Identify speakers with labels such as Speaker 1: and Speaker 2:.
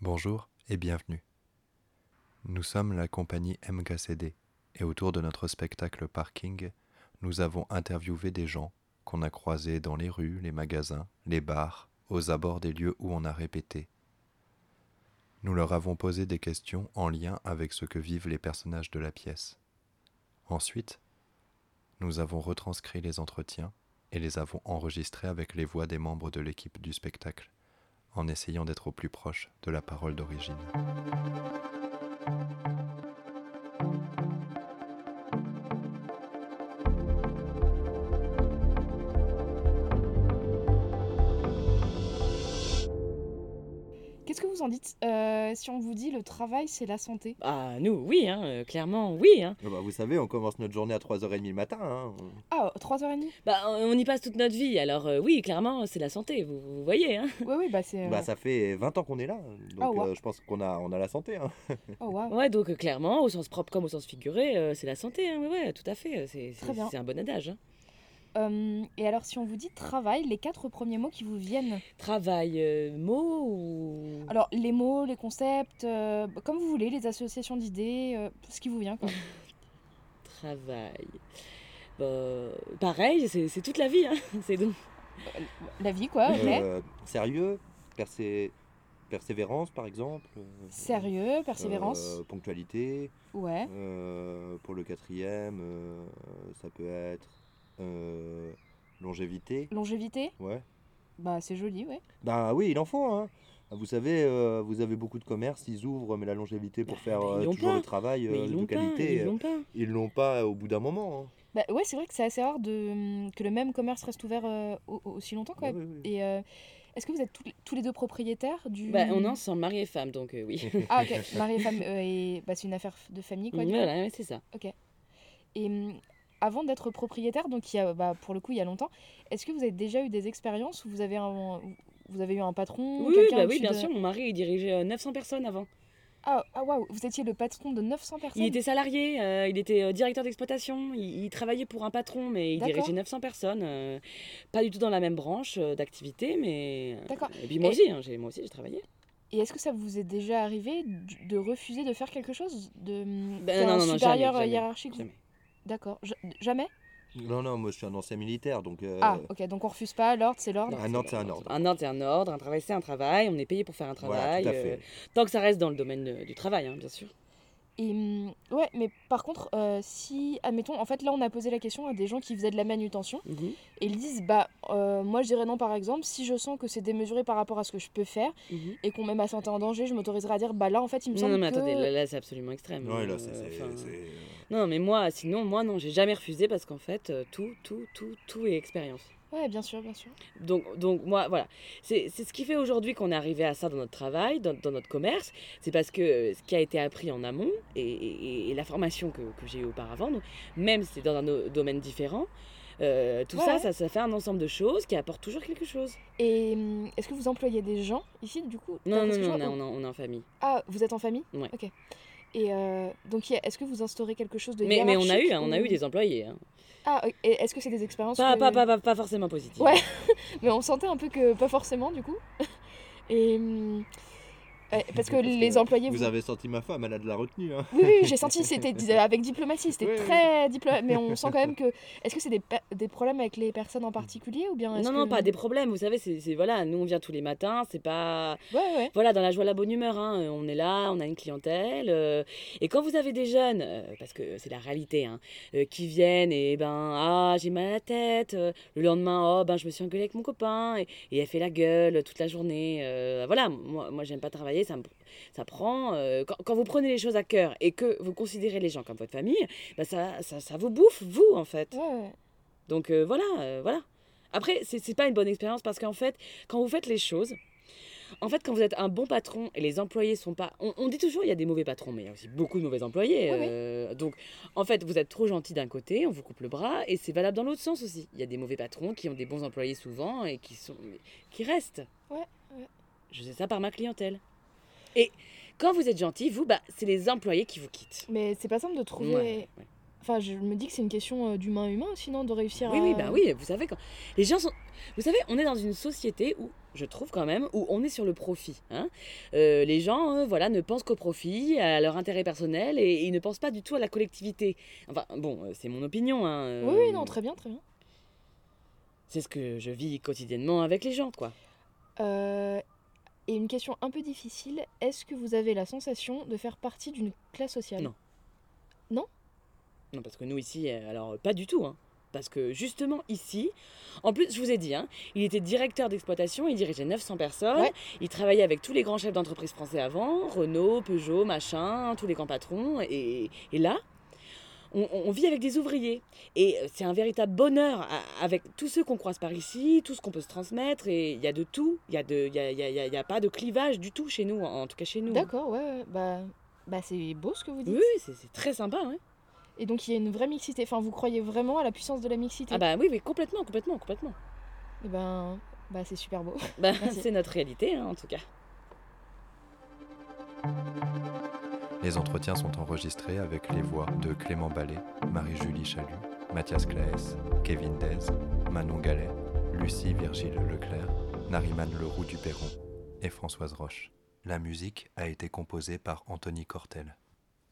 Speaker 1: Bonjour et bienvenue. Nous sommes la compagnie MKCD et autour de notre spectacle Parking, nous avons interviewé des gens qu'on a croisés dans les rues, les magasins, les bars, aux abords des lieux où on a répété. Nous leur avons posé des questions en lien avec ce que vivent les personnages de la pièce. Ensuite, nous avons retranscrit les entretiens et les avons enregistrés avec les voix des membres de l'équipe du spectacle, en essayant d'être au plus proche de la parole d'origine.
Speaker 2: Qu'est-ce que vous en dites euh, si on vous dit le travail c'est la santé
Speaker 3: Ah, nous, oui, hein, euh, clairement, oui. Hein.
Speaker 4: Ah bah, vous savez, on commence notre journée à 3h30 le matin. hein.
Speaker 2: Ah, 3h30
Speaker 3: Bah, on on y passe toute notre vie, alors euh, oui, clairement, c'est la santé, vous, vous voyez. Hein.
Speaker 2: Oui, oui, bah c'est. euh,
Speaker 4: Bah, ça fait 20 ans qu'on est là, donc
Speaker 2: Ah ouais.
Speaker 4: euh, je pense qu'on a, on a la santé. hein.
Speaker 2: Oh, waouh.
Speaker 3: Ouais, donc euh, clairement, au sens propre comme au sens figuré, euh, c'est la santé, hein, ouais, ouais, tout à fait, euh, c'est, c'est,
Speaker 2: Très bien.
Speaker 3: c'est un bon adage. hein.
Speaker 2: Euh, et alors, si on vous dit travail, les quatre premiers mots qui vous viennent
Speaker 3: Travail, euh, mot ou...
Speaker 2: Alors, les mots, les concepts, euh, comme vous voulez, les associations d'idées, euh, ce qui vous vient, quoi.
Speaker 3: Travail. Bah, pareil, c'est, c'est toute la vie, hein. c'est donc...
Speaker 2: La vie, quoi, ok.
Speaker 4: Euh, sérieux, persé- persévérance par exemple. euh,
Speaker 2: Sérieux, persévérance,
Speaker 4: euh, ponctualité.
Speaker 2: ouais.
Speaker 4: euh, pour le quatrième, euh, ça peut être euh, longévité.
Speaker 2: Longévité,
Speaker 4: Ouais.
Speaker 2: bah c'est joli, ouais.
Speaker 4: Bah oui, il en faut. Hein. Vous savez, euh, vous avez beaucoup de commerces, ils ouvrent, mais la longévité pour
Speaker 3: Bah,
Speaker 4: faire
Speaker 3: bah, ils
Speaker 4: euh,
Speaker 3: l'ont
Speaker 4: toujours
Speaker 3: pas.
Speaker 4: le travail
Speaker 3: Mais
Speaker 4: euh,
Speaker 3: ils
Speaker 4: de
Speaker 3: l'ont pas,
Speaker 4: qualité,
Speaker 3: ils
Speaker 4: euh,
Speaker 3: l'ont pas.
Speaker 4: ils l'ont pas au bout d'un moment. hein.
Speaker 2: Bah ouais, c'est vrai que c'est assez rare de, que le même commerce reste ouvert euh, au- au- aussi longtemps, quoi.
Speaker 4: Ouais, ouais, ouais.
Speaker 2: Et euh, est-ce que vous êtes tous les- tous les deux propriétaires du.
Speaker 3: Bah, on est ensemble, mari et femme, donc euh, oui.
Speaker 2: Ah, ok, mari et femme, euh, et bah, c'est une affaire de famille, quoi. du coup.
Speaker 3: voilà, ouais, c'est ça.
Speaker 2: Et hum, avant d'être propriétaire, donc il y a, bah, pour le coup il y a longtemps, est-ce que vous avez déjà eu des expériences où vous avez, un- vous avez eu un patron
Speaker 3: Oui,
Speaker 2: Mmh, quelqu'un
Speaker 3: bah, oui,
Speaker 2: au-dessus
Speaker 3: bien
Speaker 2: de-
Speaker 3: sûr, mon mari, il dirigeait euh, 900 personnes avant.
Speaker 2: Ah, ah, waouh, vous étiez le patron de 900 personnes
Speaker 3: Il était salarié, euh, il était euh, directeur d'exploitation, il, il travaillait pour un patron, mais il
Speaker 2: D'accord.
Speaker 3: dirigeait 900 personnes. euh, pas du tout dans la même branche euh, d'activité, mais. euh,
Speaker 2: D'accord.
Speaker 3: Et puis moi
Speaker 2: Et-
Speaker 3: aussi, hein, j'ai, moi aussi, j'ai travaillé.
Speaker 2: Et est-ce que ça vous est déjà arrivé d- de refuser de faire quelque chose de hum,
Speaker 3: Ben,
Speaker 2: qu'un
Speaker 3: non, non, non,
Speaker 2: supérieur
Speaker 3: jamais, jamais,
Speaker 2: hiérarchique vous-
Speaker 3: Jamais.
Speaker 2: D'accord, ja- jamais
Speaker 4: Non, non, moi je suis un ancien militaire, donc euh,
Speaker 2: Ah, ok, donc on refuse pas, l'ordre c'est l'ordre.
Speaker 3: Non,
Speaker 4: un ordre, c'est un ordre.
Speaker 3: Un ordre, c'est un ordre. Un travail, c'est un travail. On est payé pour faire un
Speaker 4: voilà,
Speaker 3: travail.
Speaker 4: tout à
Speaker 3: euh,
Speaker 4: fait.
Speaker 3: tant que ça reste dans le domaine euh, du travail, hein, bien sûr.
Speaker 2: Et hum, ouais, mais par contre, euh, si, admettons, en fait là on a posé la question à des gens qui faisaient de la manutention.
Speaker 3: Mhm,
Speaker 2: Et ils disent, bah, euh, moi je dirais non par exemple, si je sens que c'est démesuré par rapport à ce que je peux faire
Speaker 3: mhm.
Speaker 2: et qu'on met ma santé en danger, je m'autoriserai à dire, bah là en fait il me
Speaker 3: Non,
Speaker 2: semble
Speaker 3: non, mais
Speaker 2: que...
Speaker 3: attendez, là, là, c'est absolument extrême.
Speaker 4: Ouais, là,
Speaker 3: euh,
Speaker 4: c'est- c'est-
Speaker 3: enfin,
Speaker 4: c'est-
Speaker 3: Non, mais moi, sinon, moi, non, j'ai jamais refusé parce qu'en fait, euh, tout, tout, tout, tout est expérience.
Speaker 2: Ouais, bien sûr, bien sûr.
Speaker 3: Donc, donc moi, voilà. C'est c'est ce qui fait aujourd'hui qu'on est arrivé à ça dans notre travail, dans, dans notre commerce. C'est parce que euh, ce qui a été appris en amont et, et- et la formation que, que j'ai eue auparavant, donc, même si c'est dans un o- domaine différent, euh, tout
Speaker 2: Ouais,
Speaker 3: ça,
Speaker 2: ouais.
Speaker 3: ça, ça fait un ensemble de choses qui apportent toujours quelque chose.
Speaker 2: Et hum, est-ce que vous employez des gens ici du coup
Speaker 3: Non,
Speaker 2: d'après
Speaker 3: non,
Speaker 2: ce que je
Speaker 3: non, on
Speaker 2: vois
Speaker 3: est
Speaker 2: ou-
Speaker 3: on, est- on est en famille.
Speaker 2: Ah, vous êtes en famille
Speaker 3: Ouais.
Speaker 2: Ok. Et euh, donc y a- est-ce que vous instaurez quelque chose de
Speaker 3: Mais, mais on a eu,
Speaker 2: hiérarchique
Speaker 3: hein, on a eu
Speaker 2: ou-
Speaker 3: des employés. hein.
Speaker 2: Ah, ok. Et est-ce que c'est des expériences
Speaker 3: Pas,
Speaker 2: que-
Speaker 3: pas, pas, pas, pas forcément positifs.
Speaker 2: Ouais. Mais on sentait un peu que pas forcément du coup. et... hum, ouais, parce que
Speaker 4: Parce
Speaker 2: les
Speaker 4: que
Speaker 2: employés...
Speaker 4: Vous
Speaker 2: vous-
Speaker 4: avez senti ma femme, elle a de la retenue. Hein.
Speaker 2: Oui, oui, j'ai senti, c'était dis- avec diplomatie, c'était
Speaker 4: Oui, oui.
Speaker 2: très diplomatique, mais on sent quand même que. Est-ce que c'est des, pe- des problèmes avec les personnes en particulier ou bien est-ce
Speaker 3: Non, non,
Speaker 2: que-
Speaker 3: pas des problèmes. Vous savez, c'est c'est- voilà, nous on vient tous les matins, c'est pas.
Speaker 2: Ouais, ouais, ouais.
Speaker 3: voilà, dans la joie, la bonne humeur. hein. Euh, On est là, on a une clientèle. euh, et quand vous avez des jeunes, euh, parce que c'est la réalité, hein, euh, qui viennent et ben, ah, j'ai mal à la tête. euh, le lendemain, oh, ben, je me suis engueulée avec mon copain. Et, et elle fait la gueule toute la journée. euh, voilà, moi, moi j'aime pas travailler, ça, me, ça prend. euh, quand, quand vous prenez les choses à cœur et que vous considérez les gens comme votre famille, ben, ça, ça, ça vous bouffe, vous, en fait.
Speaker 2: ouais, ouais.
Speaker 3: Donc euh, voilà, euh, voilà. Après, c'est c'est pas une bonne expérience parce qu'en fait, quand vous faites les choses, en fait, quand vous êtes un bon patron et les employés sont pas. On, on dit toujours il y a des mauvais patrons, mais il y a aussi beaucoup de mauvais employés.
Speaker 2: Oui, oui.
Speaker 3: euh, Donc en fait, vous êtes trop gentil d'un côté, on vous coupe le bras, et c'est valable dans l'autre sens aussi. Il y a des mauvais patrons qui ont des bons employés souvent et qui, sont... qui restent.
Speaker 2: Ouais, ouais.
Speaker 3: Je sais ça par ma clientèle. Et quand vous êtes gentil, vous, bah, c'est les employés qui vous quittent.
Speaker 2: Mais c'est pas simple de trouver.
Speaker 3: Ouais, ouais.
Speaker 2: Enfin, je me dis que c'est une question euh, d'humain à humain, sinon de réussir
Speaker 3: Oui,
Speaker 2: à.
Speaker 3: oui, bah oui, vous savez, quand... les gens sont. Vous savez, on est dans une société où je trouve quand même, où on est sur le profit. hein. Euh, les gens, euh, voilà, ne pensent qu'au profit, à leur intérêt personnel, et, et ils ne pensent pas du tout à la collectivité. Enfin, bon, euh, c'est mon opinion. hein, euh,
Speaker 2: Oui, oui, non, très bien, très bien.
Speaker 3: C'est ce que je vis quotidiennement avec les gens, quoi.
Speaker 2: Euh, et une question un peu difficile, est-ce que vous avez la sensation de faire partie d'une classe sociale
Speaker 3: Non. Non, parce que nous ici, euh, alors pas du tout, hein. Parce que justement ici, en plus, je vous ai dit, hein, il était directeur d'exploitation, il dirigeait 900 personnes,
Speaker 2: Ouais.
Speaker 3: il travaillait avec tous les grands chefs d'entreprise français avant, Renault, Peugeot, machin, tous les grands patrons, et, et là, on, on vit avec des ouvriers. Et euh, c'est un véritable bonheur à- avec tous ceux qu'on croise par ici, tout ce qu'on peut se transmettre, et il y a de tout, il n'y a, de- il y a, il y a- il y a- il y a pas de clivage du tout chez nous, en, en tout cas chez nous. hein.
Speaker 2: D'accord, ouais, ouais, bah, bah c'est beau ce que vous dites.
Speaker 3: Oui, oui, c'est c'est très sympa, hein.
Speaker 2: Et donc il y a une vraie mixité, enfin vous croyez vraiment à la puissance de la mixité
Speaker 3: Ah bah oui, oui, complètement, complètement, complètement.
Speaker 2: Eh ben, bah c'est super beau.
Speaker 3: Bah,
Speaker 2: Merci.
Speaker 3: c'est notre réalité, hein, en tout cas.
Speaker 1: Les entretiens sont enregistrés avec les voix de Clément Ballet, Marie-Julie Chalut, Mathias Claes, Kevin Dez, Manon Gallet, Lucie Virgile Leclerc, Nariman Leroux du Perron et Françoise Roche. La musique a été composée par Anthony Cortel.